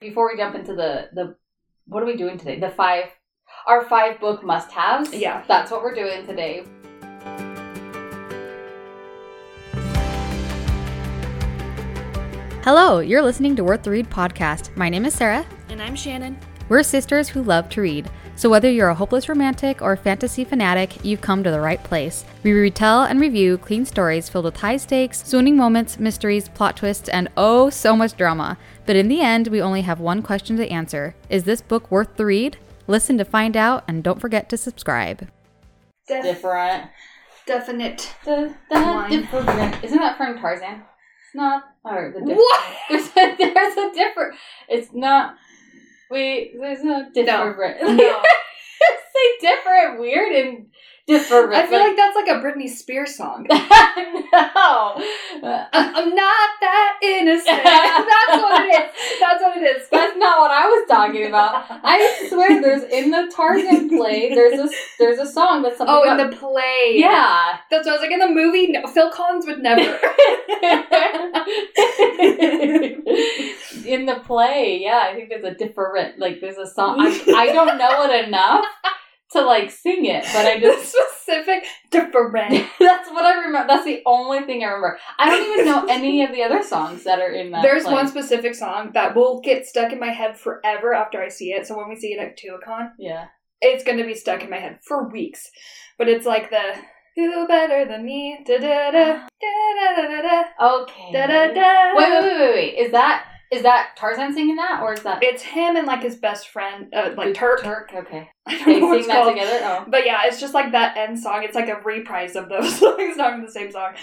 Before we jump into the the what are we doing today? The five our five book must haves. Yeah. That's what we're doing today. Hello, you're listening to Worth the Read podcast. My name is Sarah. And I'm Shannon. We're sisters who love to read. So, whether you're a hopeless romantic or a fantasy fanatic, you've come to the right place. We retell and review clean stories filled with high stakes, swooning moments, mysteries, plot twists, and oh, so much drama. But in the end, we only have one question to answer Is this book worth the read? Listen to find out, and don't forget to subscribe. Def- Different. definite. Da, da, Wine. different. Isn't that from Tarzan? It's not. Or the diff- What? There's a, there's a different. It's not. Wait, there's no different. No. Say different, weird, and different. I feel like that's like a Britney Spears song. no. I'm not that innocent. that's what it is. That's what it is. That's not what I was talking about. I swear, there's in the Tarzan play. There's a there's a song that's something. oh, in about- the play. yeah. That's what I was like in the movie. No, Phil Collins would never. in the play, yeah, I think there's a different like there's a song. I, I don't know it enough to like sing it, but I the just specific different. that's what I remember. That's the only thing I remember. I don't even know any of the other songs that are in that. There's play. one specific song that will get stuck in my head forever after I see it. So when we see it at TuaCon, Yeah. it's gonna be stuck in my head for weeks. But it's like the who better than me? Da da da da da da da Okay. da da da. Wait, wait, wait, wait, wait. Is that is that Tarzan singing that, or is that It's him and like his best friend, uh, like the Turk. Turk. Okay. They I don't know what sing it's that called. together. Oh, But yeah, it's just like that end song. It's like a reprise of those songs, not the same song.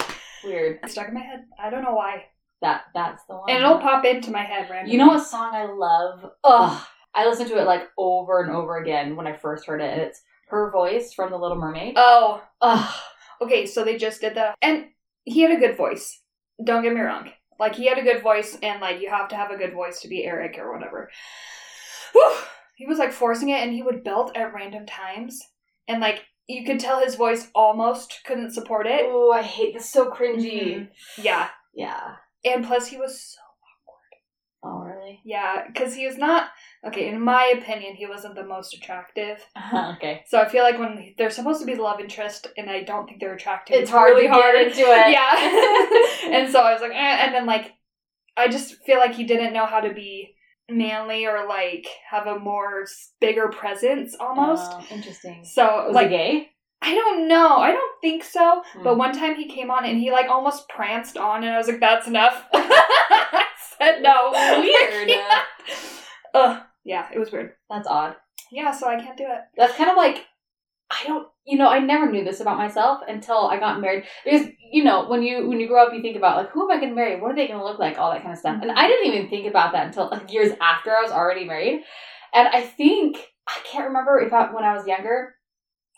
weird. It's stuck in my head. I don't know why. That that's the one. And it'll pop into my head randomly. You know a song I love? Ugh. I listen to it like over and over again when I first heard it. It's her voice from The Little Mermaid. Oh, Ugh. okay. So they just did that, and he had a good voice. Don't get me wrong. Like he had a good voice, and like you have to have a good voice to be Eric or whatever. Whew. He was like forcing it, and he would belt at random times, and like you could tell his voice almost couldn't support it. Oh, I hate this. So cringy. Mhm. Yeah, Yeah. and plus he was so Oh, really? Yeah, because he was not okay. In my opinion, he wasn't the most attractive. okay. So I feel like when they're supposed to be the love interest, and I don't think they're attractive, It's hard really to get into it. Yeah, and so I was like, eh. and then like, I just feel like he didn't know how to be manly or like have a more s- bigger presence almost. Oh, interesting. so Was like, he gay? I don't know. I don't think so. Hmm. But one time he came on and he like almost pranced on, and I was like, that's enough. I said no. Weird. yeah. Ugh. Yeah, it was weird. That's odd. Yeah, so I can't do it. That's kind of like I don't you know, I never knew this about myself until I got married. Because you know, when you when you grow up you think about like who am I gonna marry? What are they gonna look like? All that kind of stuff. And I didn't even think about that until like years after I was already married. And I think I can't remember if I, when I was younger,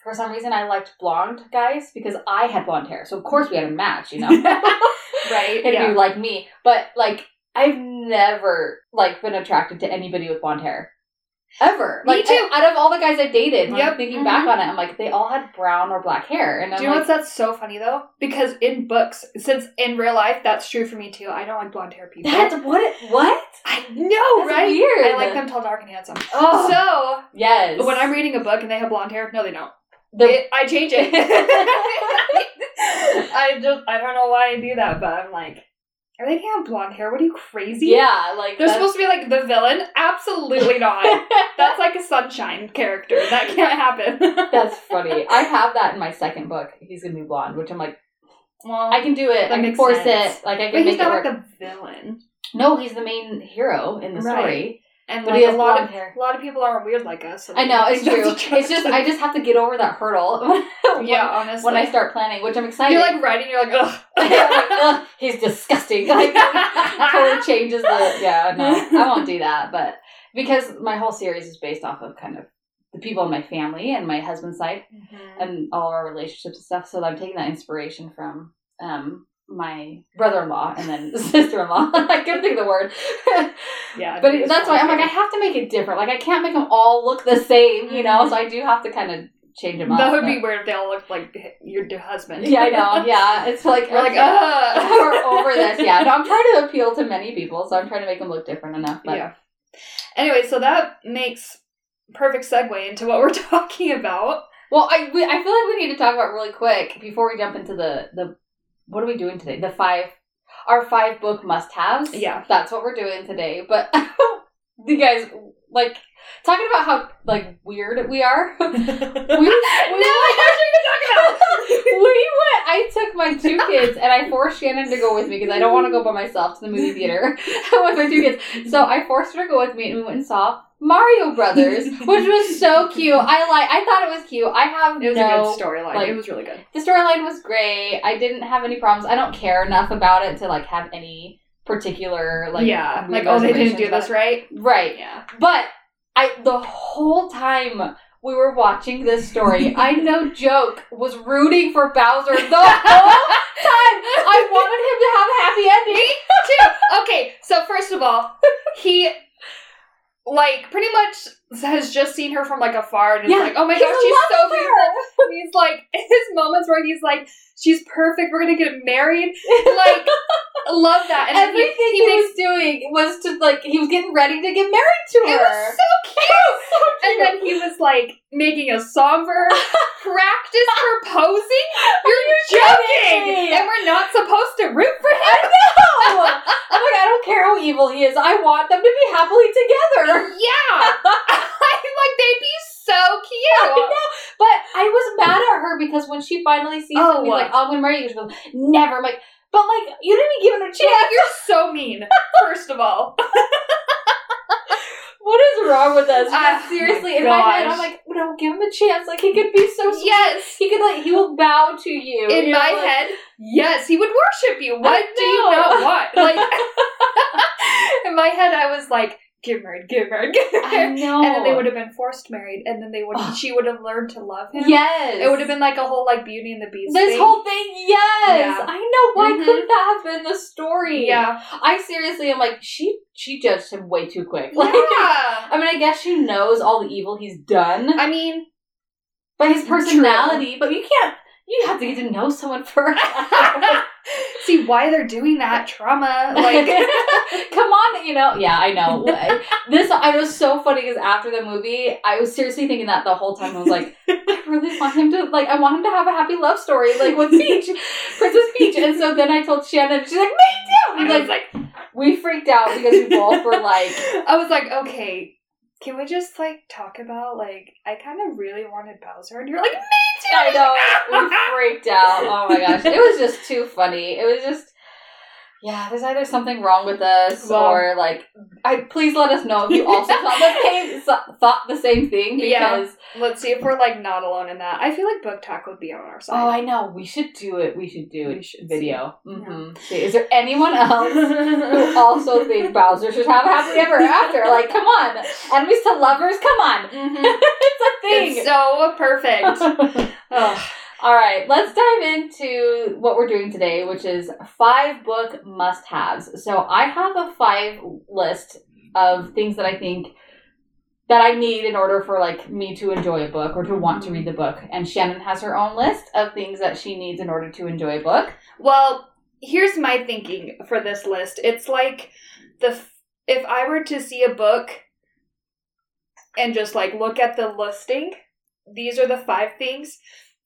for some reason I liked blonde guys because I had blonde hair. So of course we had a match, you know. Right? if yeah. you like me. But like I've never like been attracted to anybody with blonde hair. Ever. Me Like, too. Out of all the guys I've dated, like, Yep. Mm-hmm. thinking back on it, I'm like, they all had brown or black hair. And I'm Do you know like, what's that's so funny though? Because in books, since in real life that's true for me too. I don't like blonde hair people. that's what it, what? I know, That's right? weird. I like them tall, dark, and handsome. Oh So yes. when I'm reading a book and they have blonde hair, no, they don't. the, It- I change it. I just I don't know why I do that, but I'm like, are they gonna have blonde hair? What are you crazy? Yeah, like They're that's- supposed to be like the villain? Absolutely not. That's like a sunshine character. That can't happen. that's funny. I have that in my second book. He's gonna be blonde, which I'm like, Well, I can do it. That I can makes force sense. it. Like I can but make he's it not work. like the villain, no, he's the main hero in the Right. story, and but like he has a lot blonde of hair. a lot of people are weird like us. so I know it's that's true. It's just I attractive. just have to get over that hurdle when- yeah, honestly, when I start planning, which I'm excited. you're like writing, you're like Like, ugh. ugh, he's disgusting. Like totally changes the yeah. No, I won't do that. But because my whole series is based off of kind of the people in my family and my husband's side Mm-hmm. and all our relationships and stuff. So I'm taking that inspiration from um my brother-in-law and then sister-in-law. I couldn't think of the word, yeah, but it- that's why I'm like I have to make it different. Like I can't make them all look the same, you know. So I do have to kind of change them up. that would but- be weird if they all looked like your d- husband. Yeah, I know. Yeah, it's like We're like, okay. ugh. we're over this. Yeah, no, I'm trying to appeal to many people, so I'm trying to make them look different enough. But yeah. Anyway, so that makes perfect segue into what we're talking about. Well, I we, I feel like we need to talk about really quick before we jump into the the what are we doing today? The five our five book must haves. Yeah. that's what we're doing today. But you guys like talking about how like weird we are. We, we went- we went. I took my two kids and I forced Shannon to go with me because I don't want to go by myself to the movie theater with my two kids. So I forced her to go with me, and we went and saw Mario Brothers, which was so cute. I like. I thought it was cute. I have It was no. a good storyline. like- it was really good. the storyline was great. I didn't have any problems. I don't care enough about it to like have any particular like yeah, weird like oh, they didn't do reservations this right. about it. right. Yeah, But I the whole time we were watching this story, I no joke was rooting for Bowser the whole time. I wanted him to have a happy ending. too. Okay, so first of all, he like pretty much has just seen her from like afar and is Yeah, like, oh my he's gosh, in she's love so with beautiful. And he's like his moments where he's like, she's perfect. We're gonna get married. Like, love that. And then he- Everything he, he makes was doing was to like he was getting ready to get married to her. It was so cute. And then he was like making a song for her. Practice for posing? You're kidding. joking! And we're not supposed to root for him? I'm like, I don't care how evil he is. I want them to be happily together. Yeah! I'm like, they'd be so I cute! know, but I was mad at her because when she finally sees Oh, him, he's what? like, "I'm gonna marry you." She goes, "Never." I'm like, but like, you didn't even give him a She's chance. like, you're so mean, first of all. What is wrong with us? Ah, seriously, my in my head, gosh. I'm like, no, give him a chance. Like he could be so. sweet. Yes! He could like he will bow to you. And In you're my like, head, yes, he would worship you. I What do you know. not want? Like, in my head, I was like, get married, get married, get I married. know. And then they would have been forced married, and then they would Ugh. she would have learned to love him. Oh. Yes, It would have been like a whole like Beauty and the Beast. This thing. whole thing, yes, Yeah. I know. Why Mhm. couldn't that have been the story? yeah, I seriously am like, she she judged him way too quick. Like, yeah. I mean, I guess she knows all the evil he's done. I mean, But his personality, but you can't. You have to get to know someone first. see why they're doing that trauma. like, Like, come on, you know. Yeah, I know. I- this I was so funny because after the movie, I was seriously thinking that the whole time. I was like, I really want him to like. I want him to have a happy love story, like with Peach, Princess Peach. And so then I told Shannon, she's like, me too. I And, was like like, we freaked out because we both were like, I was like, okay. Can we just like talk about like I kind of really wanted Bowser and you're like me too. I know. We freaked out. Oh my gosh. It was just too funny. It was just yeah, there's either something wrong with us Well- or like I please let us know if you also thought the same thought the same thing Yeah. because Let's see if we're like not alone in that. I feel like book talk would be on our side. oh I know we should do it we should do We it should video hmm is there anyone else Oh, who who also think Bowser should have a happy ever after like come on enemies to lovers come on it's a Mm-hmm. It's thing so perfect. Ugh. All right, let's dive into what we're doing today, which is five book must haves. So I have a five list of things that I think that I need in order for like me to enjoy a book or to want to read the book. And Shannon has her own list of things that she needs in order to enjoy a book. Well, here's my thinking for this list. It's like the f- if I were to see a book and just like look at the listing, these are the five things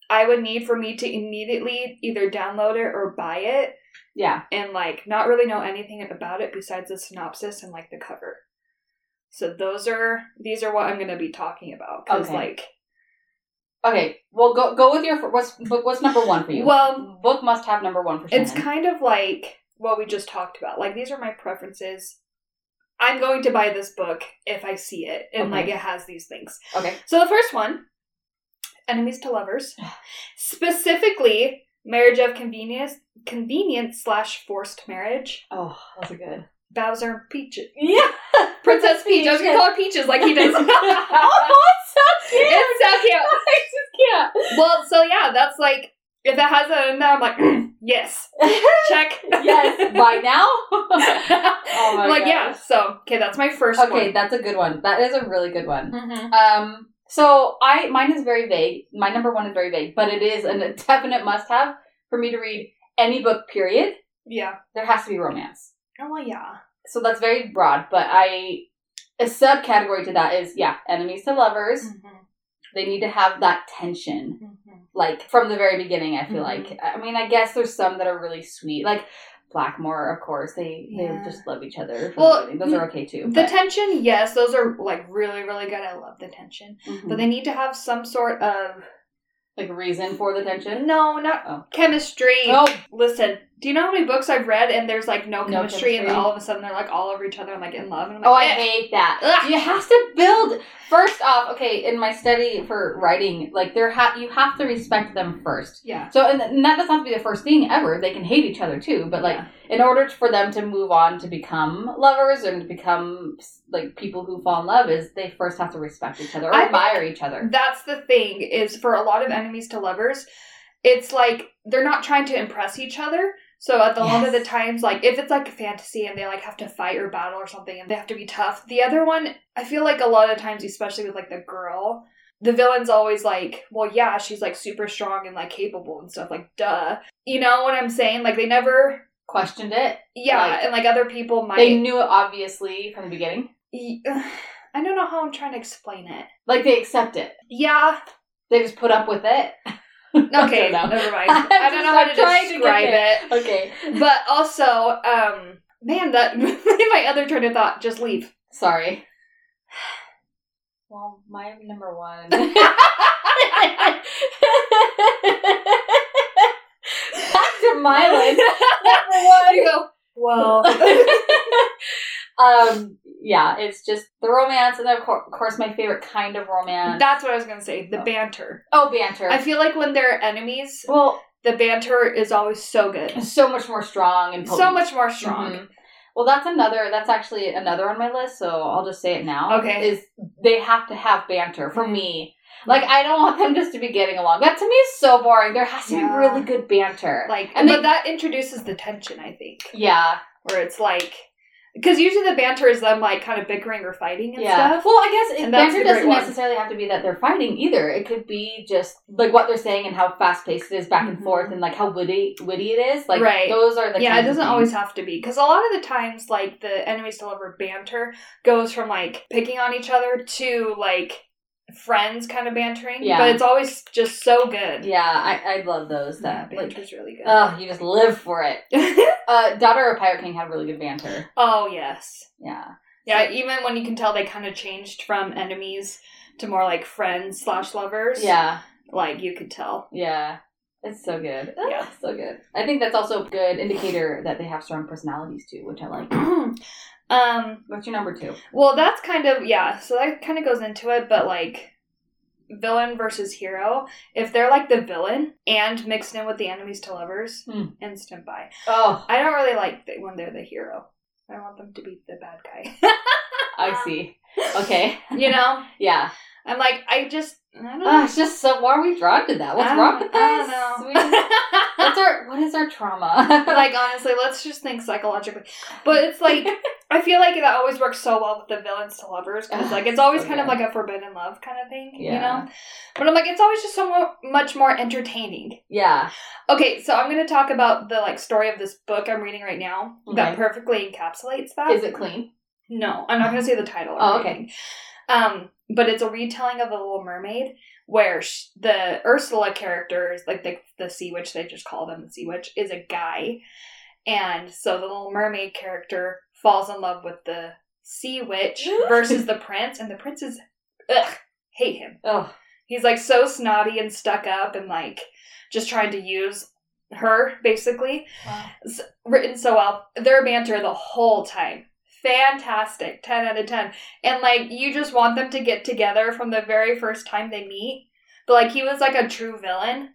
I would need for me to immediately either download it or buy it Yeah. and like not really know anything about it besides the synopsis and like the cover. So those are these are what I'm going to be talking about cuz Okay. like Okay. Well, go go with your fir- what's book. What's number one for you? well, book must have number one for Shannon. It's kind of like what we just talked about. Like these are my preferences. I'm going to buy this book if I see it and Okay. like it has these things. okay. So the first one, Enemies to Lovers, specifically Marriage of Convenience, convenience slash forced marriage. Oh, those are good. Bowser and Peaches, Yeah. Princess Peach. I was gonna call her Peaches like he does. oh, it's so cute. it's so cute. I just can't. Well, so yeah, that's like if it has it in there, I'm like, yes, check. yes, by now. Oh my like gosh. yeah, so okay, that's my first okay, one. that's a good one. That is a really good one. Mhm. Um, so I mine is very vague. My number one is very vague, but it is an- a definite must-have for me to read any book. Period. Yeah. There has to be romance. Oh well, yeah. So that's very broad, but I a subcategory to that is yeah, enemies to lovers. Mhm. They need to have that tension Mhm. like from the very beginning. I feel Mhm. like I mean I guess there's some that are really sweet like. Blackmore, of course, they Yeah. they just love each other. from Well, the beginning. those are okay too. The but- tension, yes, those are like really, really good. I love the tension. Mhm. But they need to have some sort of like reason for the tension. no, not Oh. chemistry. No, Listen, do you know how many books I've read and there's like no No chemistry, and chemistry. all of a sudden they're like all over each other and like in love and I'm like, Oh, I eh. hate that. Ugh. You have to build first off. Okay, in my study for writing, like there ha- you have to respect them first. yeah. So, and, and that doesn't have to be the first thing ever. They can hate each other too, but like Yeah. in order for them to move on to become lovers and to become like people who fall in love, is they first have to respect each other or I think- admire each other. that's the thing is for a lot of enemies to lovers, it's like they're not trying to impress each other. So at the lot of the Yes. times, like if it's like a fantasy and they like have to fight or battle or something and they have to be tough, the other one, I feel like a lot of times, especially with like the girl, the villain's always like, well, yeah, she's like super strong and like capable and stuff, like duh. You know what I'm saying? Like they never, Questioned it. yeah, Like, and like other people might. They knew it obviously from the beginning. I don't know how I'm trying to explain it. Like they accept it. Yeah, They just put up with it. Okay, I don't know. never mind. I don't know how I'm to just, like, trying to get describe it. Okay. But also, um, man, that my other train of thought just leave. Sorry. Well, my number one. Back to Mylan. You go. Well, Oh. um, yeah, it's just the romance, and of cour- of course, my favorite kind of romance. that's what I was gonna say. The banter. oh, banter. I feel like when they're enemies, well, the banter is always so good, so much more strong and so potent. much more strong. Mhm. Well, that's another. That's actually another on my list. So I'll just say it now. Okay. Mm-hmm. is they have to have banter for me. Like I don't want them just to be getting along. That to me is so boring. There has to Yeah. be really good banter. Like, And but they- that introduces the tension. I think yeah, where it's like, because usually the banter is them like kind of bickering or fighting and yeah. stuff. Well, I guess it, And that's banter the great doesn't one. necessarily have to be that they're fighting either. It could be just like what they're saying and how fast paced it is back Mhm. and forth, and like how witty witty it is. Like Right. those are the yeah, it kinds of doesn't things. always have to be because a lot of the times, like the enemies to lover banter goes from like picking on each other to like friends kind of bantering. Yeah. but it's always just so good. Yeah, I, I love those. Yeah, That like banter's really good. oh, you just live for it. Uh, Daughter of Pirate King had really good banter. oh yes, Yeah. yeah. Even when you can tell they kind of changed from enemies to more like friends slash lovers. Yeah. like you could tell. Yeah. It's so good. Yeah. Ah, so good. I think that's also a good indicator that they have strong personalities too, which I like. um. What's your number two? Well, that's kind of yeah. So that kind of goes into it, but like villain versus hero. If they're like the villain and mixed in with the enemies to lovers, Hmm. instant buy. Oh, I don't really like the, when they're the hero. I want them to be the bad guy. I see. Okay. you know, Yeah. I'm like I just I don't know. Ah, it's just so. Why are we drawn to that? What's I wrong don't- with I us? don't We- know. What's our what is our trauma? like honestly, let's just think psychologically. But it's like I feel like that always works so well with the villains to lovers because like it's always So kind of good. like a forbidden love kind of thing, you Yeah. know. But I'm like it's always just so mo- much more entertaining. yeah. Okay, so I'm gonna talk about the like story of this book I'm reading right now that Okay. perfectly encapsulates that. Is it clean? No, I'm not gonna say the title. or Oh, okay. anything. Um, but it's a retelling of the Little Mermaid, where sh- the Ursula character is like the the sea witch. They just call them the sea witch. Is a guy, and so the Little Mermaid character falls in love with the sea witch versus the prince, and the prince is ugh hate him. Oh, He's like so snotty and stuck up, and like just trying to use her basically written so well. Their banter the whole time. Fantastic. 10 out of 10. And like you just want them to get together from the very first time they meet. But like he was like a true villain.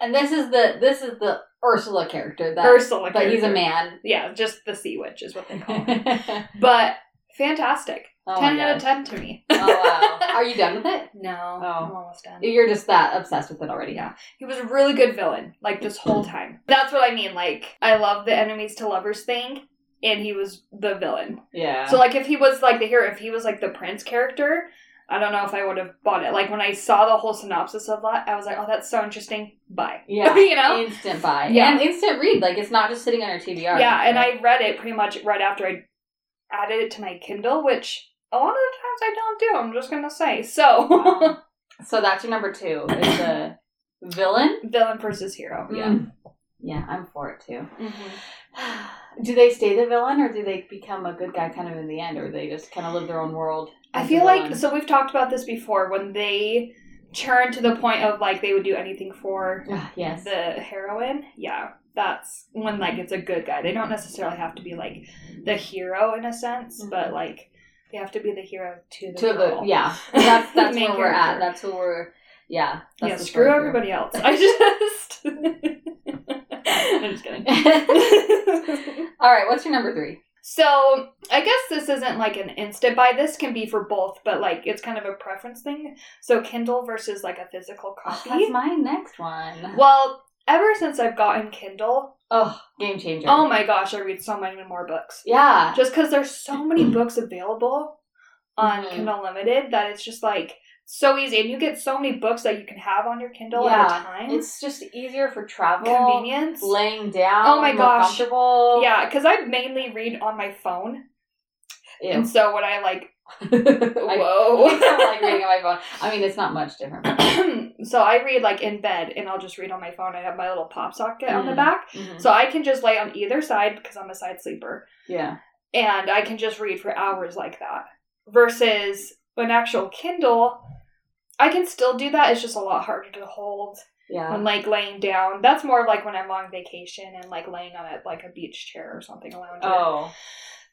and this is the this is the Ursula character that, Ursula. but he's a character. man. Yeah, just the sea witch is what they call him. oh but fantastic. my 10 out of gosh. 10 to me. Oh wow. Are you done with it? No, Oh. I'm almost done. You're just that obsessed with it already. Yeah. He was a really good villain, like this whole time. That's what I mean. Like, I love the enemies to lovers thing, and he was the villain. Yeah. So like if he was like the hero, if he was like the prince character, I don't know if I would have bought it. Like when I saw the whole synopsis of that, I was like, oh, that's so interesting. Bye. Yeah. you know. Instant buy. Yeah. And instant read. Like it's not just sitting on your TBR. yeah, and I read it pretty much right after I added it to my Kindle, which a lot of the times I don't do. I'm just gonna say so. Wow. so that's your number two is the villain. Villain versus hero. Mm-hmm. Yeah, yeah, I'm for it too. Do they stay the villain, or do they become a good guy kind of in the end, or they just kind of live their own world? I as feel the like villain? so we've talked about this before when they churn to the point of like they would do anything for Ah, yes. the heroine. Yeah, that's when like it's a good guy. They don't necessarily have to be like the hero in a sense, but Mhm. like they have to be the hero to the to girl. the yeah, that's that's Main where we're at. character. That's where we're yeah. That's yeah, the screw story here. everybody else. I just. I'm just kidding. All right, what's your number three? so I guess this isn't like an instant buy. This can be for both, but like it's kind of a preference thing. So Kindle versus like a physical copy. Oh, That's my next one. well, ever since I've gotten Kindle, Oh, game changer. oh my gosh, I read so many more books. yeah. Just because there's so many books available on Mhm. Kindle Limited that it's just like so easy, and you get so many books that you can have on your Kindle at Yeah, a time. It's just easier for travel. convenience. Laying down. Oh my more gosh. Comfortable. Yeah, because I mainly read on my phone, and so when I like, Whoa. I don't like whoa. reading on my phone. I mean, it's not much different. so I read like in bed, and I'll just read on my phone. I have my little pop socket on the Mm. back, Mhm. so I can just lay on either side because I'm a side sleeper, Yeah. and I can just read for hours like that. Versus an actual Kindle, I can still do that. It's just a lot harder to hold Yeah. when like laying down. That's more of, like when I'm on vacation and like laying on a like a beach chair or something, a lounge. Oh.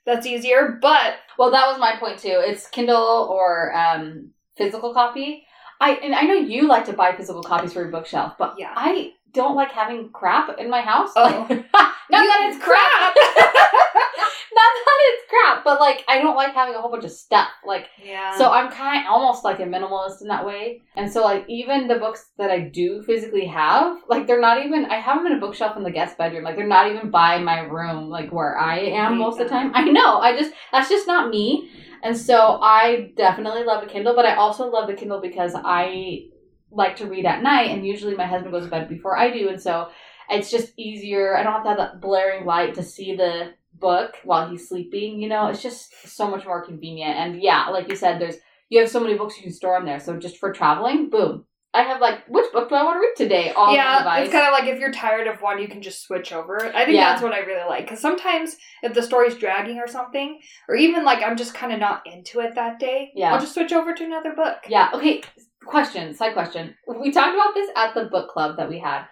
That's easier, but Well, that was my point too. It's Kindle or um, physical copy. I and I know you like to buy physical copies for your bookshelf, but Yeah. I don't like having crap in my house. Oh. not that it's crap. not that it's crap, but like I don't like having a whole bunch of stuff. Like Yeah. so, I'm kind of almost like a minimalist in that way. And so, like even the books that I do physically have, like they're not even. I have them in a bookshelf in the guest bedroom. Like they're not even by my room, like where I am Hate most of the that. time. I know. I just that's just not me. And so, I definitely love the Kindle, but I also love the Kindle because I like to read at night, and usually my husband goes to bed before I do, and so it's just easier. I don't have to have that blaring light to see the book while he's sleeping. You know, it's just so much more convenient. And yeah, like you said, there's you have so many books you can store on there. So just for traveling, boom. I have like which book do I want to read today? All on yeah, the it's device. kind of like if you're tired of one, you can just switch over. I think Yeah. that's what I really like because sometimes if the story's dragging or something, or even like I'm just kind of not into it that day, Yeah. I'll just switch over to another book. Yeah. Okay. Question. Side question. We talked about this at the book club that we had,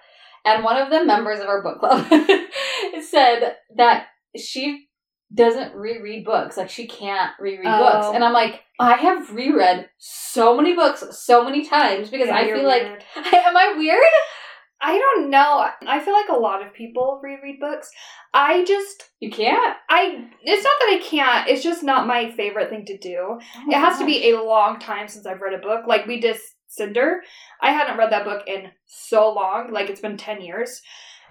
and one of the members of our book club said that she doesn't reread books. Like she can't reread Oh. books, and I'm like, I have reread so many books so many times because Yeah, I you're feel like, weird. am I weird? I don't know. I feel like a lot of people reread books. I just You can't. I it's not that I can't. It's just not my favorite thing to do. it has to be a long time since I've read a book. Like we did Cinder. I hadn't read that book in so long. Like it's been 10 years.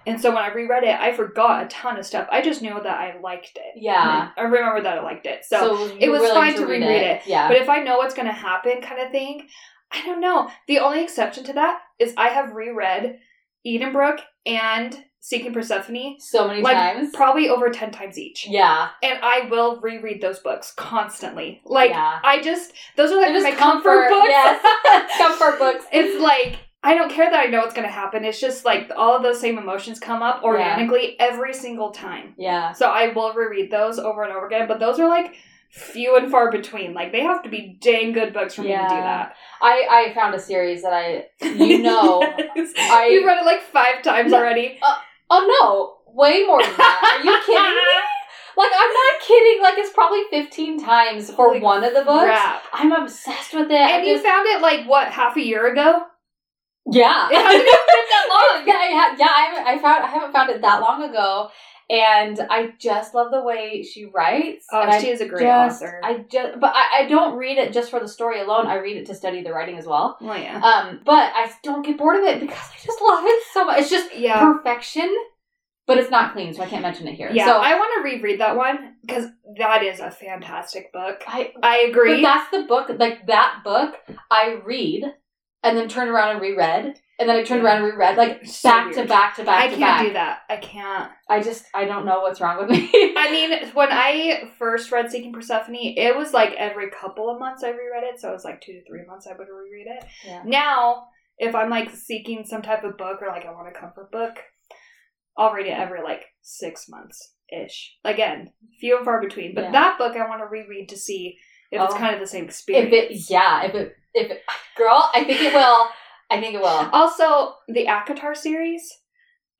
And so when I reread it, I forgot a ton of stuff. I just knew that I liked it. Yeah. I remember that I liked it. So, you're was willing fine to reread it, Yeah. but if I know what's going to happen kind of thing, I don't know. The only exception to that is I have reread Edenbrook and Seeking Persephone so many like, times. probably over 10 times each. yeah. And I will reread those books constantly. Like yeah. I just those are like They're my just comfort, comfort- books. yes. Comfort books. It's like I don't care that I know what's gonna happen. It's just like all of those same emotions come up organically every single time. Yeah. So I will reread those over and over again. But those are like few and far between. Like they have to be dang good books for me to do Yeah. that. I I found a series that I You know, Yes. I- you've read it like five times No. already. Oh no, way more than that. Are you kidding me? Like I'm not kidding. Like it's probably 15 times for Holy one of the books. Crap. I'm obsessed with it. I And you just- found it like what half a year ago? yeah. It hasn't even been that long. yeah, I ha- yeah. I haven't, I found I haven't found it that long ago, and I just love the way she writes. and Oh, I she is a great just, author. I just, but I, I don't read it just for the story alone. I read it to study the writing as well. oh yeah. Um, but I don't get bored of it because I just love it so much. It's just Yeah. perfection, but it's not clean, so I can't mention it here. Yeah, so, I want to reread that one because that is a fantastic book. I I but agree. that's the book like that book I read and then turned around and reread, and then I turned around and reread, like So back to weird. back to back I to can't back. do that. I can't. I just I don't know what's wrong with me. I mean, when I first read Seeking Persephone, it was like every couple of months I reread it, so it was like two to three months I would reread it. Yeah. Now, if I'm like seeking some type of book or like I want a comfort book, I'll read it every like six months ish. Again, few and far between. But Yeah. that book I want to reread to see if it's Oh. kind of the same experience. if it yeah, if it if it, girl, I think it will. I think it will. Also, the ACOTAR series,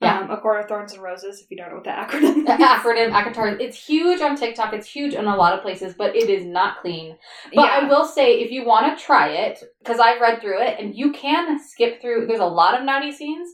Yeah. um, A Court of Thorns and Roses, if you don't know what the acronym is. The acronym ACOTAR. It's huge on TikTok. It's huge in a lot of places, but it is not clean. But I will say, if you want to try it, because I've read through it, and you can skip through. There's a lot of naughty scenes,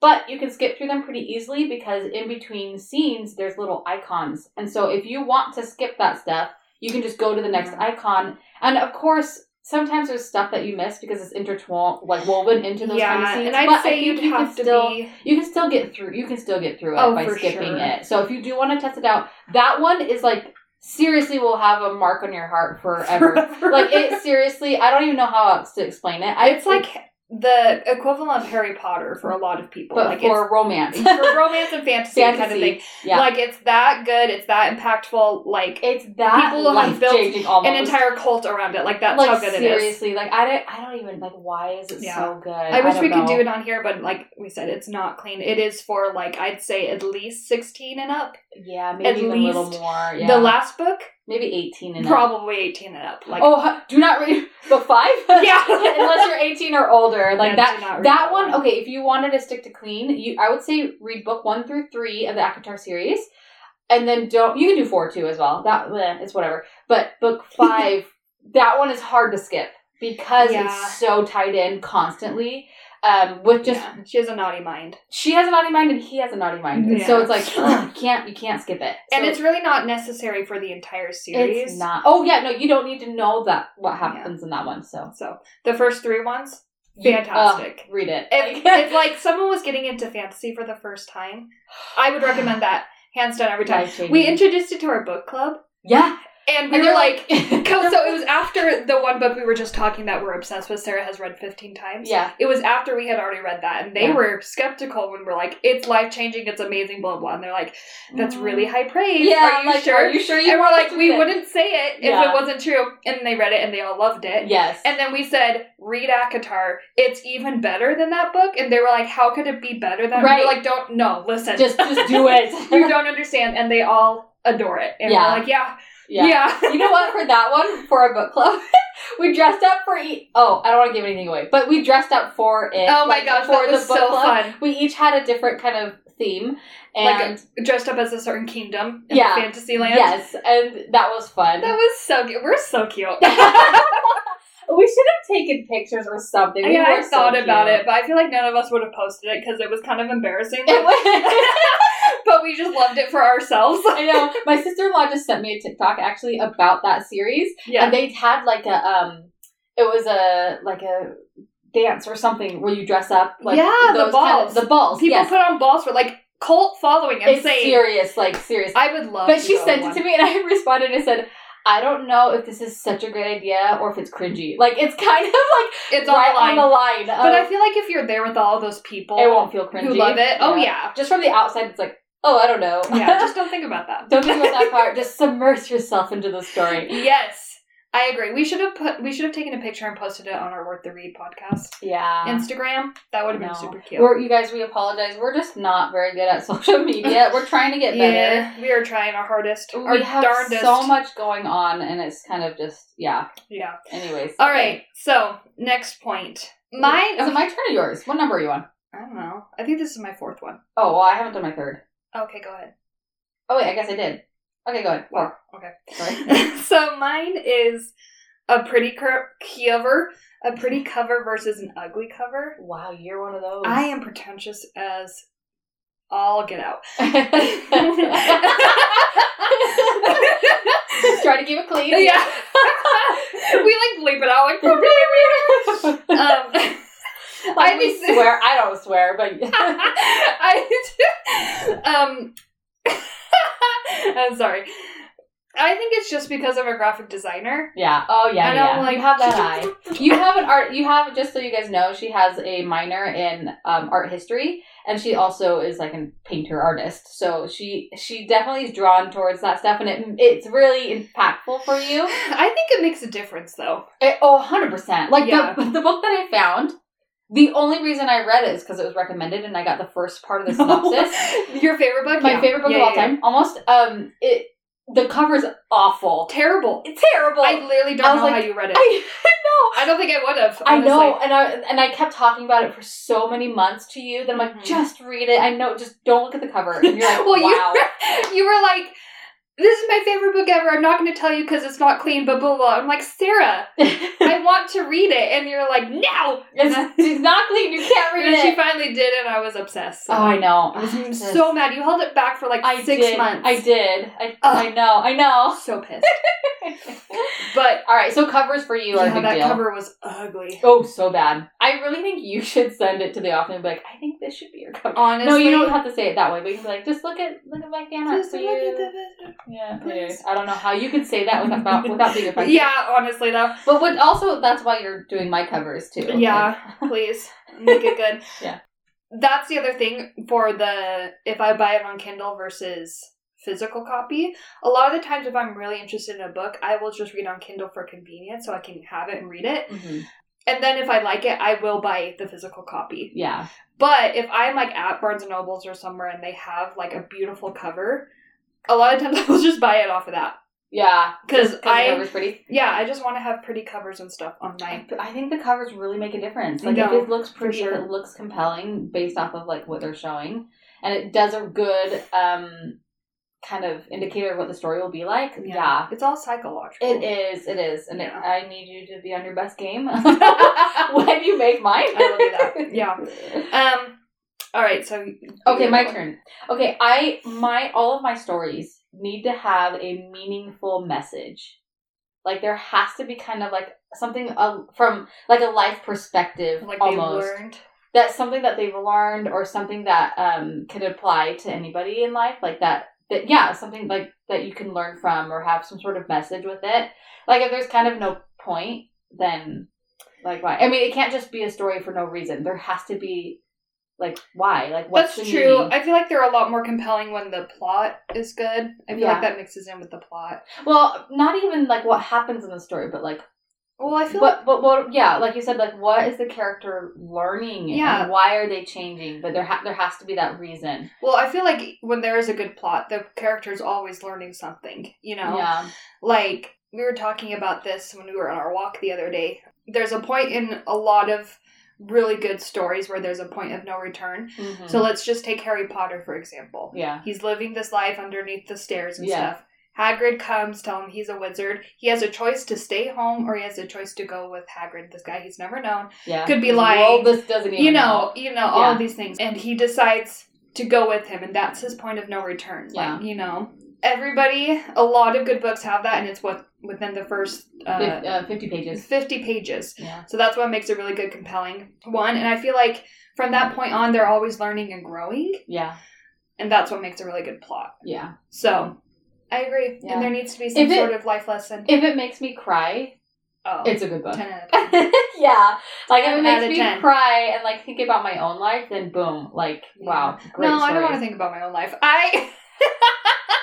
but you can skip through them pretty easily because in between scenes there's little icons, and so if you want to skip that stuff, you can just go to the next Yeah. icon. And of course, sometimes there's stuff that you miss because it's intertwined, like woven into those yeah, kind of scenes. and I'd but say think you'd you can have to still- be. you can still get through. You can still get through it Oh, by for skipping sure. it. So if you do want to test it out, that one is like seriously will have a mark on your heart forever. like it seriously, I don't even know how else to explain it. I, it's like the equivalent of Harry Potter for a lot of people. but like for romance, it's for romance and fantasy, kind of Fantasy, thing. yeah, Like it's that good, it's that impactful. Like it's that people have life built changing almost. an entire cult around it. Like that's like how good it is. seriously, like I don't, I don't even like why is it Yeah. so good? I wish don't we could know. do it on here, but like we said, it's not clean. It is for like I'd say at least sixteen and up. Yeah, maybe at even a little least more. Yeah, The last book, maybe eighteen and up. probably eighteen and up. Like oh, huh, do not read book five. Yeah. unless you're eighteen or older, like Yeah, that. do not read That one, okay, if you wanted to stick to clean, you I would say read book one through three of the ACOTAR series. And then don't you can do four too as well. That bleh, it's whatever. But book five, that one is hard to skip because Yeah. it's so tied in constantly. Um, with just Yeah, she has a naughty mind. she has a naughty mind and he has a naughty mind. And so Yeah. it's like ugh, you can't you can't skip it. and So it's really not necessary for the entire series. it's not Oh yeah, no, you don't need to know that what happens in that one. So So the first three ones, you- ugh, fantastic. read it. if, if like someone was getting into fantasy for the first time, I would recommend that hands down every time. Life-changing. We introduced it to our book club, Yeah. and we And were they're like, like so it was after the one book we were just talking that we're obsessed with. Sarah has read fifteen times. Yeah. It was after we had already read that, and they Yeah. were skeptical when we're like, "It's life changing, it's amazing, blah blah." And they're like, "That's really high praise. Mm. Yeah, are you like, sure?" Are you sure you and we're want like, to do "We that?" wouldn't say it if Yeah. it wasn't true." And they read it, and they all loved it. Yes. And then we said, read ACOTAR. It's even better than that book. And they were like, how could it be better than Right. We were like, don't, no, listen. just just do you it. don't understand. And they all adore it. And Yeah. we're like, yeah, yeah. yeah. You know what? For that one, for our book club, we dressed up for. E- oh, I don't want to give anything away, but we dressed up for it. oh my like, gosh, that was so fun. We each had a different kind of theme, Like a and Dressed up as a certain kingdom in Yeah. fantasy land. yes, and that was fun. That was so cute. We're so cute. we should have taken pictures or something. We yeah, were I so thought cute. about it, but I feel like none of us would have posted it because it was kind of embarrassing. It was. but we just loved it for ourselves. I know. My sister in law just sent me a TikTok actually about that series. yeah. And they had like a um it was a like a dance or something where you dress up like Yeah, the those kind of- balls. the balls. People yes. put on balls for like cult following. I'm it's saying. serious, like serious. I would love. but she sent it to me and I responded and said I don't know if this is such a great idea or if it's cringy. Like it's kind of like It's right online. on the line. of- but I feel like if you're there with all those people, it won't feel cringy. who love it. Oh yeah, Just from the outside, it's like, oh, I don't know. yeah. Just don't think about that. don't think about that part. Just submerge yourself into the story. Yes, I agree. We should have put. We should have taken a picture and posted it on our Worth the Read podcast Yeah. Instagram. That would have No. been super cute. We're, you guys, we apologize. We're just not very good at social media. We're trying to get better. yeah, we are trying our hardest. We our have darndest. so much going on, and it's kind of just yeah. Yeah. Anyways, All right. So next point. Mm, Mine. Is it my turn or yours? What number are you on? I don't know. I think this is my fourth one. Oh well, I haven't done my third. Okay, go ahead. Oh wait, I guess I did. Okay, go ahead. Wow. Okay. Sorry. so mine is a pretty cur- cover, a pretty cover versus an ugly cover. Wow, you're one of those. I am pretentious as all get out. Try to keep it clean. yeah, we like bleep it out like. um, I I think- swear. I don't swear, but I um, I'm sorry. I think it's just because I'm a graphic designer. yeah. Oh yeah. and yeah. I'm like, you have that eye. You have an art. You have just so you guys know, she has a minor in um, art history, and she also is like a painter artist. So she she definitely is drawn towards that stuff, and it it's really impactful for you. I think it makes a difference though. It, oh, 100 percent. Like Yeah. the the book that I found. The only reason I read it is because it was recommended, and I got the first part of the synopsis. Your favorite book? My Yeah. favorite book Yeah, of all yeah, yeah. time, almost. Um, it the cover's awful. Terrible. It's terrible. I literally don't I was know like, how you read it. I, I know. don't think I would have. I know, and I and I kept talking about it for so many months to you that I'm like, Mhm. just read it. I know, just don't look at the cover. And you're like, Well, you- wow. You were like, "This is my favorite book ever." I'm not going to tell you because it's not clean, but blah blah. I'm like, Sarah, I want to read it, and you're like, "No." it's, it's not clean. You can't read And then she it. finally did, and I was obsessed. so. oh, I know. I was so mad. You held it back for like I six did. months. I did. I, Ugh. I know. I know. So pissed. But All right. So covers for you are yeah, a big that deal. cover was ugly. oh, so bad. I really think you should send it to the office and be like, I think this should be your cover. Honestly, no, you don't have to say it that way. But you can be like, just look at look at my fan art Just for look you. at the- yeah. Please. I don't know how you could say that without without being offensive. Yeah, honestly though. But what also that's why you're doing my covers too. Yeah, please make it good. Yeah. That's the other thing for the if I buy it on Kindle versus physical copy. A lot of the times, if I'm really interested in a book, I will just read on Kindle for convenience, so I can have it and read it. Like, mhm. And then if I like it, I will buy the physical copy. Yeah. But if I'm like at Barnes and Nobles or somewhere and they have like a beautiful cover, a lot of times I will just buy it off of that Yeah. because Because the I cover's pretty. yeah I just want to have pretty covers and stuff on my I, I think the covers really make a difference. I Like if know, it looks pretty, sure. if it looks compelling based off of like what they're showing, and it does a good um kind of indicator of what the story will be like. Yeah. It's all psychological. It is, it is. And it, Yeah. I need you to be on your best game when you make mine. I will do that. Yeah. Um. All right. So. Okay, my turn. Okay, I my all of my stories need to have a meaningful message. Like there has to be kind of like something uh, from like a life perspective Like they almost. learned. That's something that they've learned or something that um could apply to anybody in life like that that yeah, something like that you can learn from or have some sort of message with it. Like if there's kind of no point, then like why? I mean, it can't just be a story for no reason. There has to be like why? Like what's That's the true. meaning? I feel like they're a lot more compelling when the plot is good. I feel Yeah. like that mixes in with the plot. Well, not even like what happens in the story, but like Well, I feel what, what, what, yeah, like you said, like what is the character learning? and Yeah. why are they changing? But there, ha- there has to be that reason. like well, I feel like when there is a good plot, the character's always learning something. You know, Yeah. like we were talking about this when we were on our walk the other day. There's a point in a lot of really good stories where there's a point of no return. Mhm. So let's just take Harry Potter for example. yeah. He's living this life underneath the stairs and Yeah. stuff. Hagrid comes, tell him he's a wizard. He has a choice to stay home or he has a choice to go with Hagrid, this guy he's never known. Yeah. Could be This lying. world, this doesn't even You know, you know, all Yeah. these things. And he decides to go with him and that's his point of no return. Like, you know. Everybody a lot of good books have that and it's what within the first Fif- uh, uh, 50 pages. fifty pages. Yeah. So that's what makes it really good compelling one. And I feel like from that point on they're always learning and growing Yeah. and that's what makes a really good plot. Yeah. So, I agree. Yeah. And there needs to be some If it- sort of life lesson. If it makes me cry, oh, it's a good book. 10 out of 10. yeah. Like if it Ten out makes of me ten. cry and like think about my own life, then boom, like wow, great no, I don't story. want to think about my own life. I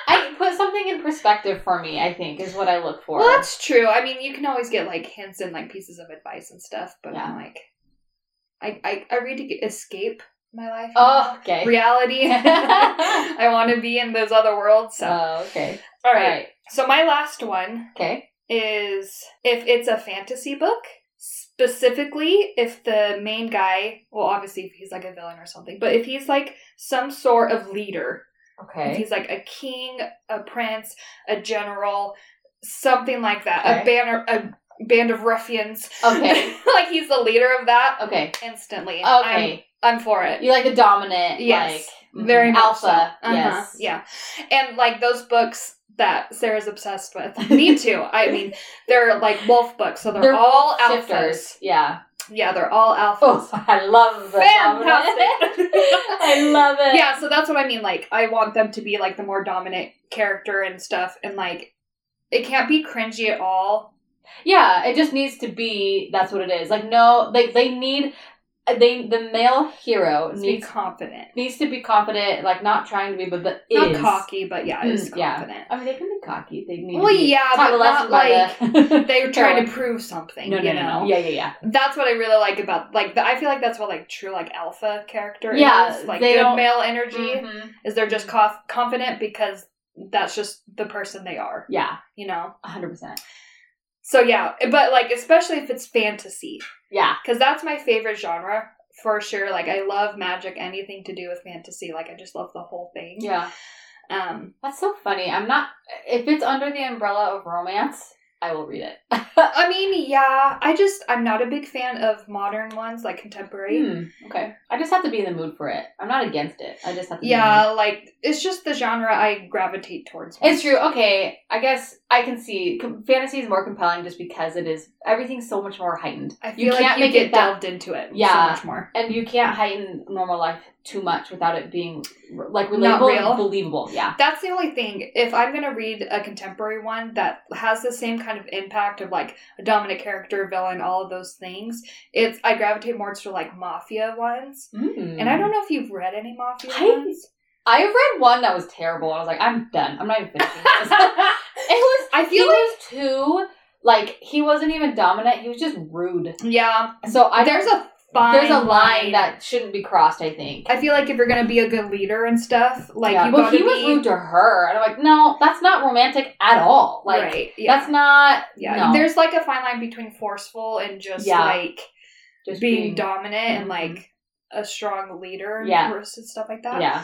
I put something in perspective for me. I think is what I look for. well, that's true. I mean, you can always get like hints and like pieces of advice and stuff, but Yeah. I'm like, I I, I read to get, escape my life, Oh, okay. reality. I want to be in those other worlds. So, Oh, okay. all All Uh, right. right. So my last one Okay. is if it's a fantasy book, specifically if the main guy, well, obviously if he's like a villain or something, but if he's like some sort of leader, if Okay. he's like a king, a prince, a general, something like that, Okay. a banner, a band of ruffians, Okay. like he's the leader of that. Okay. Instantly, Okay. I'm, I'm for it. you like the dominant, Yes. like mhm, Very much so. alpha. Uh-huh, Yes. Yeah. And like those books that Sarah's obsessed with. Me too. I mean, they're like wolf books, so they're, They're all Shifters. Yeah. alphas. Yeah, they're all alphas. Oh, I love the Fantastic. dominant. I love it. yeah, so that's what I mean. Like, I want them to be like the more dominant character and stuff, and like, it can't be cringy at all. Yeah, it just needs to be. That's what it is. Like no, like they need they the male hero Let's be needs confident. needs to be confident, like not trying to be, but the Not is. cocky, but yeah, is Mm, yeah. confident. I mean, they can be cocky. They need. Well, to be yeah, taught but a lesson not by like the- they're trying heroine. to prove something. No, no, you no, know? no. Yeah, yeah, That's what I really like about like the, I feel like that's what like true like alpha character Yeah, is like they good don't- male yeah. energy Mhm. is they're just cof- confident because that's just the person they are. Yeah, You know. hundred percent. So yeah, but like especially if it's fantasy Yeah, because that's my favorite genre for sure. Like I love magic, anything to do with fantasy. Like I just love the whole thing. yeah. Um. That's so funny. I'm not. If it's under the umbrella of romance, I will read it. I mean, yeah. I just I'm not a big fan of modern ones like contemporary. Hmm, okay. I just have to be in the mood for it. I'm not against it. I just have to. be in the mood. Yeah, like it's just the genre I gravitate towards. It's true. Okay, I guess I can see com- fantasy is more compelling just because it is everything's so much more heightened. I feel You like can't you make get it that- delved into it so Yeah. much more. And you can't heighten normal life too much without it being r- like relatable, Not real. and believable. Yeah. That's the only thing. If I'm gonna read a contemporary one that has the same kind of impact of like a dominant character, villain, all of those things, it's I gravitate more to like mafia ones. And I don't know if you've read any mafia Mm. I- ones. I read one that was terrible. I was like, I'm done. I'm not even finishing this. it was. I He feel like was too. Like he wasn't even dominant. He was just rude. yeah. So I there's a fine there's a line line that shouldn't be crossed. I think. I feel like if you're gonna be a good leader and stuff, like Yeah. you but gotta he was be rude to her, and I'm like, no, that's not romantic at all. Like right. that's not. Yeah, no. there's like a fine line between forceful and just Yeah. like just being, dominant and Mhm. like a strong leader Yeah. versus stuff like that. Yeah.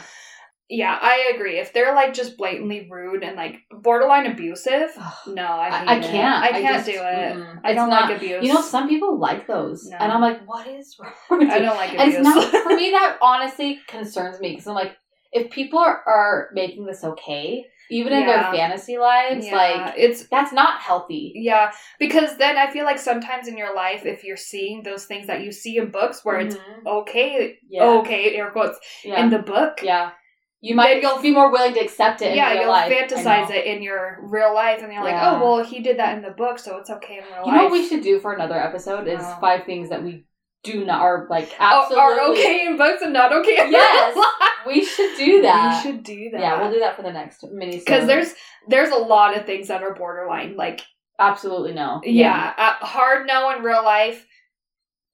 Yeah, I agree. If they're like just blatantly rude and like borderline abusive, no, I, hate I, it. can't. I can't just- do it. mm-mm. I It's don't not- like abuse. You know, some people like those, No. and I'm like, what is wrong with I you? don't like And abuse. it's not for me. That honestly concerns me because I'm like, if people are, are making this okay, even in Yeah. their fantasy lives, Yeah, like it's that's not healthy. yeah, because then I feel like sometimes in your life, if you're seeing those things that you see in books where it's Mhm. okay, yeah, okay, air quotes yeah, in the book, yeah. Oh, You might Then you'll- be more willing to accept it. In yeah, real you'll life. I fantasize know. it in your real life, and you're Yeah. like, oh well, he did that in the book, so it's okay in real You life. know what we should do for another episode is Oh. five things that we do not are like Oh, absolutely are okay in books and not okay. in real Yes. life. We should do that. We should do that. Yeah, we'll do that for the next mini. because there's there's a lot of things that are borderline. Like absolutely no. yeah, uh, hard no in real life.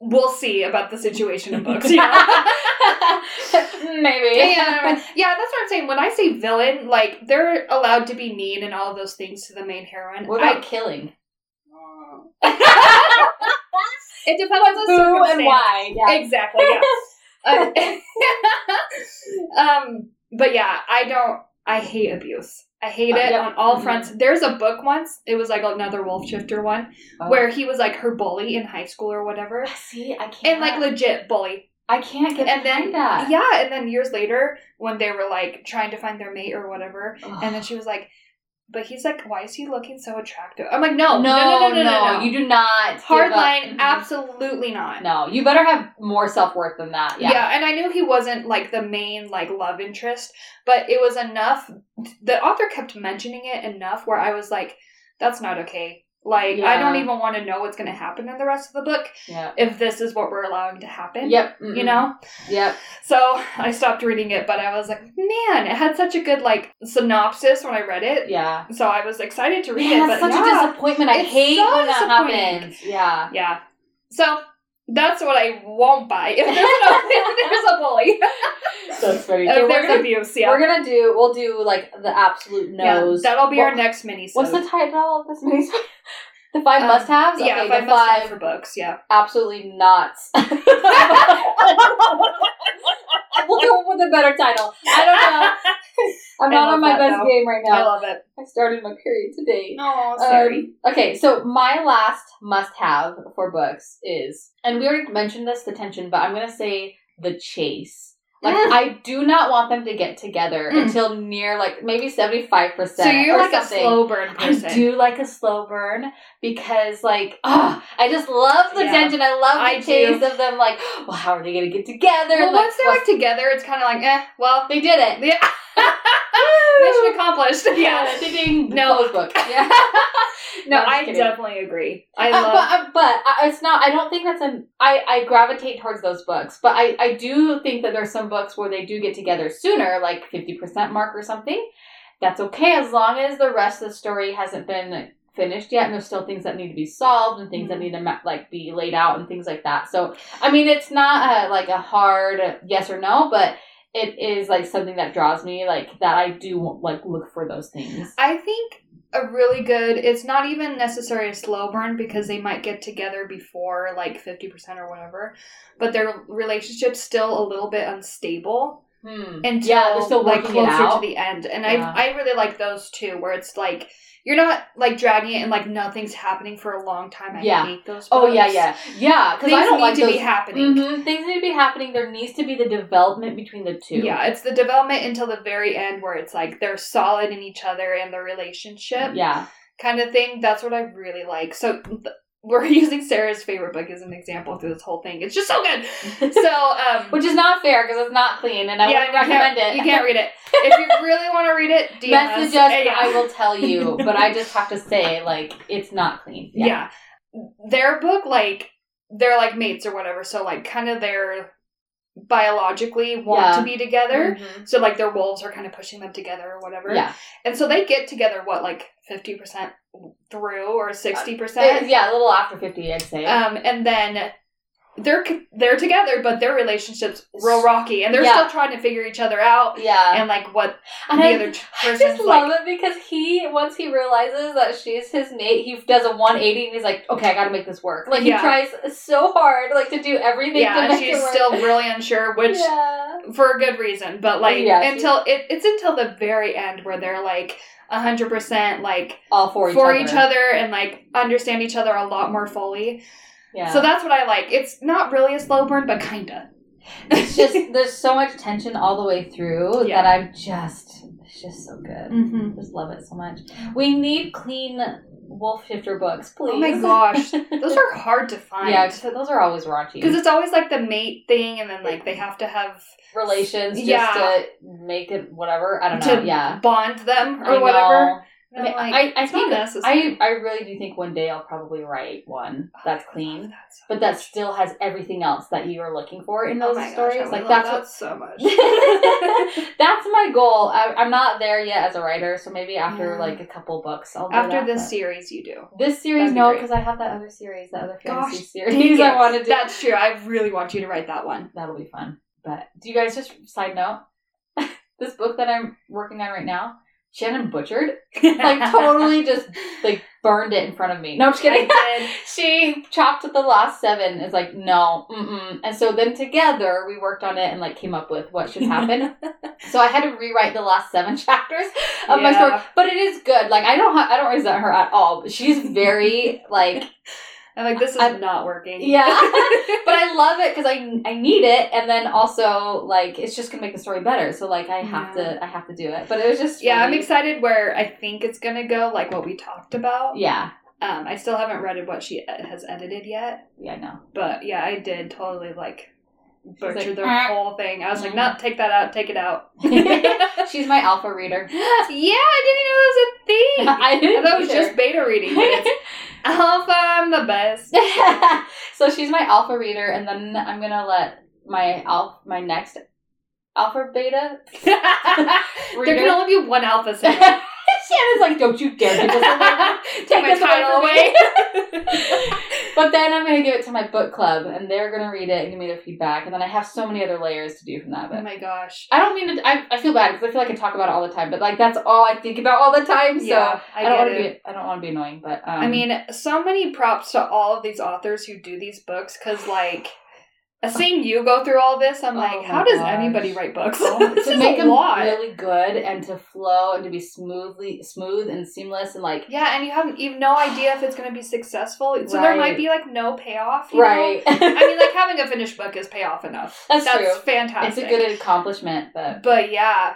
We'll see about the situation in books. You know? Maybe. And, yeah, that's what I'm saying. When I say villain, like they're allowed to be mean and all of those things to the main heroine. What about killing? I, it depends on the Who circumstance. and why? Yeah. Exactly. Yeah. um, um, but yeah, I don't. I hate abuse. I hate Uh, it yep. on all Mhm. fronts. There's a book once. It was like another Wolf Shifter one Oh. where he was like her bully in high school or whatever, See, I can't. and like legit bully. I can't get and behind then that. yeah, and then years later when they were like trying to find their mate or whatever, and then she was like, "But he's like, why is he looking so attractive?" I'm like, "No, no, no, no, no, no. You do not. hard give up. line, Mhm. absolutely not." No, you better have more self worth than that. Yeah. Yeah. and I knew he wasn't like the main like love interest, but it was enough. The author kept mentioning it enough where I was like, "That's not okay." Like, I don't Yeah. even want to know what's going to happen in the rest of the book Yeah. if this is what we're allowing to happen. Yep. You Mm-mm. know, Yep. so I stopped reading it, but I was like, man, it had such a good like synopsis when I read it, Yeah. so I was excited to read Yeah, it. But that's such yeah. a disappointment. I It's hate so when that disappointing. happens. Yeah. yeah. So that's what I won't buy if there's, an, if there's a bully, That's very if We're there's gonna, abuse. Yeah, we're gonna do. We'll do like the absolute no's. Yeah, that'll be our Well, next mini. What's the title of this mini? the five Um, must-haves. Yeah, okay, five the must have five for books. Yeah, absolutely nots. we'll go with a better title. I don't know. I'm I not love on my that, best though. game right I now. love it. I started my period today. No, Um, okay, so my last must have for books is, and we already mentioned this, the tension, but I'm going to say the chase. Like, Mm. I do not want them to get together Mm. until near, like, maybe 75%. so you're or like something. a slow burn person. I do like a slow burn because, like, ah, I just love the Yeah. tension. I love the I do. chase of them, like, well, how are they going to get together? Well, Like, once they're what's- like together, it's kind of like eh. Well, they did it. yeah, Mission accomplished. Yeah, ding, ding. No. Close book. Yeah. No, I'm just I kidding. definitely agree. I Uh, love. but uh, but I- it's not. I don't think that's an. I I gravitate towards those books, but I I do think that there's some books where they do get together sooner, like fifty percent mark or something. That's okay as long as the rest of the story hasn't been finished yet, and there's still things that need to be solved and things that Mhm. need to ma- like be laid out and things like that. So I mean, it's not a, like a hard yes or no, but it is like something that draws me, like that I do like look for those things. I think a really good. It's not even necessarily a slow burn because they might get together before like fifty percent or whatever, but their relationship's still a little bit unstable Hmm. until Yeah, they're still like working it closer out. to the end. And Yeah. I I really like those too, where it's like you're not like dragging it and like nothing's happening for a long time. I Yeah. hate those. Oh yeah, books. yeah, yeah. Because Things I don't need like to those be happening. Mhm, Things need to be happening. There needs to be the development between the two. Yeah, it's the development until the very end where it's like they're solid in each other and their relationship Yeah. kind of thing. That's what I really like. So th- we're using Sarah's favorite book as an example through this whole thing. It's just so good. So um Which is not fair because it's not clean, and I yeah, wouldn't you can't- recommend it. You can't read it. If you really want to read it, DM message us. us. Yeah. I will tell you, but I just have to say, like, it's not clean. yeah. Their book, like, they're like mates or whatever. So, like, kind of they're biologically want Yeah. to be together. Mhm. So, like, their wolves are kind of pushing them together or whatever. Yeah. And so they get together, what, like 50% through or 60%? Uh, It- yeah. A little after fifty, I'd say. Um, and then they're c- they're together, but their relationship's real rocky, and they're Yeah. still trying to figure each other out yeah. and like what And the I- other t- I person's just love like. it because he once he realizes that she's his mate, he does a one eighty and he's like, "Okay, I got to make this work." Like Yeah. he tries so hard, like to do everything. to Yeah, make she's it work. still really unsure, which yeah. for a good reason. But like Yeah, she- until it, it's until the very end where they're like hundred percent like all for for, each other. each, other. and like understand each other a lot more fully. Yeah. So that's what I like. It's not really a slow burn, but kinda. it's just there's so much tension all the way through Yeah. that I'm just it's just so good. Mm-hmm. I just love it so much. We need clean wolf shifter books, please. Oh my gosh, those are hard to find. yeah, 'cause those are always raunchy. because it's always like the mate thing, and then like they have to have relations just Yeah. to make it whatever. I don't know. to yeah. bond them I or know. whatever. I And mean, I'm I, I it's not think necessary. I, I really do think one day I'll probably write one that's clean, but that Oh, that's still has everything else that you are looking for Oh in those stories. like that's that what so much. that's my goal. I, I'm not there yet as a writer, so maybe after Yeah. like a couple books, I'll do After that, this but- series, you do. This series, That'd be no, great. because I have that other series, that other Gosh, fantasy dang series it. I want to do. That's true. I really want you to write that one. That'll be fun. But do you guys just side note? this book that I'm working on right now, Shannon butchered, like totally just like burned it in front of me. No, I'm just kidding. I she chopped at the last seven is like no mm-mm. and so then together we worked on it and like came up with what should happen so i had to rewrite the last seven chapters of my Yeah. story but it is good like i don't ha- i don't resent her at all but she's very like did. I'm like, this is I'm- not working. yeah but i love it because i i need it and then also like it's just gonna make the story better so like i have Yeah. to i have to do it but it was just Yeah, I'm really- excited where I think it's gonna go, like what we talked about. yeah Um, I still haven't read what she uh, has edited yet, yeah i know but yeah, I did totally like Mm-hmm. butcher like, the "Eh." whole thing. I was like, Mhm. no, take that out, take it out. she's my alpha reader Yeah, I didn't know that was a thing. i I didn't thought it was either. just beta reading. But it's alpha, I'm the best. so she's my alpha reader, and then I'm gonna let my alpha, my next alpha beta There can reader. only be one alpha. Sarah. Shannon's like, don't you dare give this away. Take my this title away. from me." but then I'm gonna give it to my book club, and they're gonna read it and give me their feedback, and then I have so many other layers to do from that. oh But my gosh. I don't mean to. I, I feel bad because I feel like I talk about it all the time, but like that's all I think about all the time. So yeah, I, I, don't get want to it. be. I don't want to be annoying, but um, I mean, so many props to all of these authors who do these books because, like, seeing you go through all this, I'm Oh like, my how does gosh. anybody write books? Oh, this to is make a them lot. really good and to flow and to be smoothly smooth and seamless and like yeah, and you have you have no idea if it's going to be successful, so there Right. might be like no payoff. you right. know? I mean, like having a finished book is payoff enough. That's That's true. fantastic. it's a good accomplishment, but But yeah,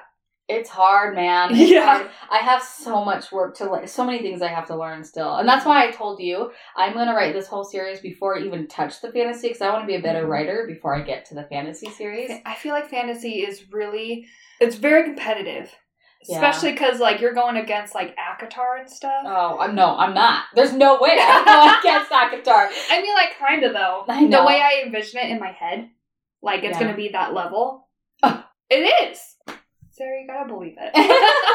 It's hard, man. It's Yeah. hard. I have so much work to learn, so many things I have to learn still. And that's why I told you I'm going to write this whole series before I even touch the fantasy because I want to be a Mm-hmm. better writer before I get to the fantasy series. I feel like fantasy is really it's very competitive, Yeah. especially because like you're going against like ACOTAR and stuff. Oh, I'm no, I'm not. There's no way I'm going against that guitar. I mean, like kind of though. I know. The way I envision it in my head, like it's Yeah. gonna be that level. Oh. It is. Sarah, you gotta believe it.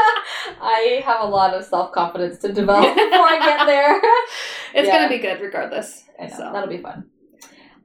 I have a lot of self confidence to develop before I get there. It's Yeah. gonna be good regardless. I know. So. That'll be fun.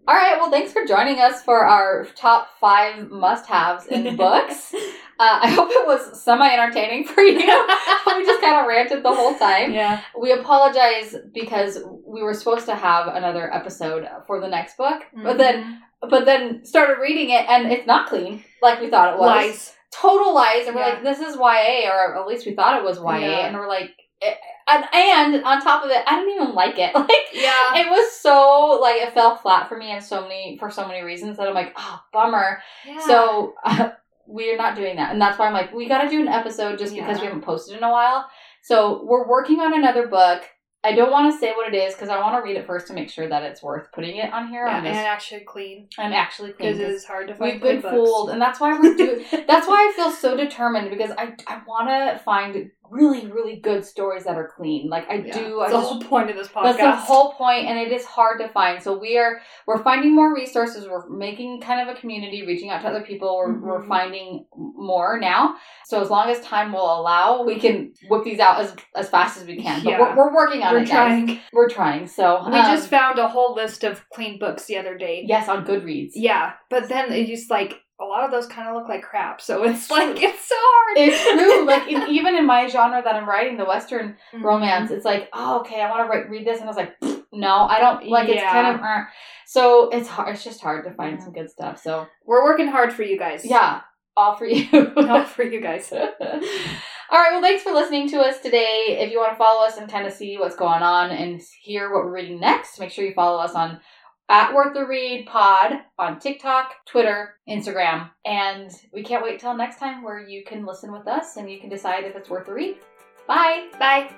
All right. Well, thanks for joining us for our top five must haves in books. Uh, I hope it was semi entertaining for you. we just kind of ranted the whole time. Yeah. We apologize because we were supposed to have another episode for the next book, Mm-hmm. but then but then started reading it and it's not clean like we thought it was. lies. Total lies, and we're Yeah. like, this is YA, or at least we thought it was YA, Yeah. and we're like, eh, and, and on top of it, I didn't even like it. Like, Yeah. it was so like it fell flat for me and so many for so many reasons that I'm like, oh bummer. So uh, we're not doing that, and that's why I'm like, we got to do an episode just because Yeah. we haven't posted in a while. So we're working on another book. I don't want to say what it is because I want to read it first to make sure that it's worth putting it on here. Yeah, on and this, actually clean I'm actually clean. because it 'cause is hard to find. We've been good books. fooled, and that's why we're doing. that's why I feel so determined because I I want to find really really good stories that are clean. Like I Yeah. do. I That's the just whole point of this podcast. that's the whole point, and it is hard to find. So we are we're finding more resources. We're making kind of a community, reaching out to other people. We're we're Mhm. finding more now. So as long as time will allow, we can whip these out as as fast as we can. But Yeah. we're, we're working on We're it, guys. trying. We're trying. So We um, just found a whole list of clean books the other day. yes on Goodreads. Yeah, but then it just like a lot of those kind of look like crap, so it's like it's so hard. It's true. Like in, even in my genre that I'm writing, the Western romance. It's like, oh, okay, I want to write, read this, and I was like, pfft, no, I don't like. It's Yeah. kind of uh. so it's hard. It's just hard to find Yeah. some good stuff. So We're working hard for you guys. yeah, all for you. Not for you guys. All right, well, thanks for listening to us today. If you want to follow us and kind of see what's going on and hear what we're reading next, make sure you follow us on at Worth the Read Pod on TikTok, Twitter, Instagram. And we can't wait till next time where you can listen with us and you can decide if it's worth the read. Bye. Bye.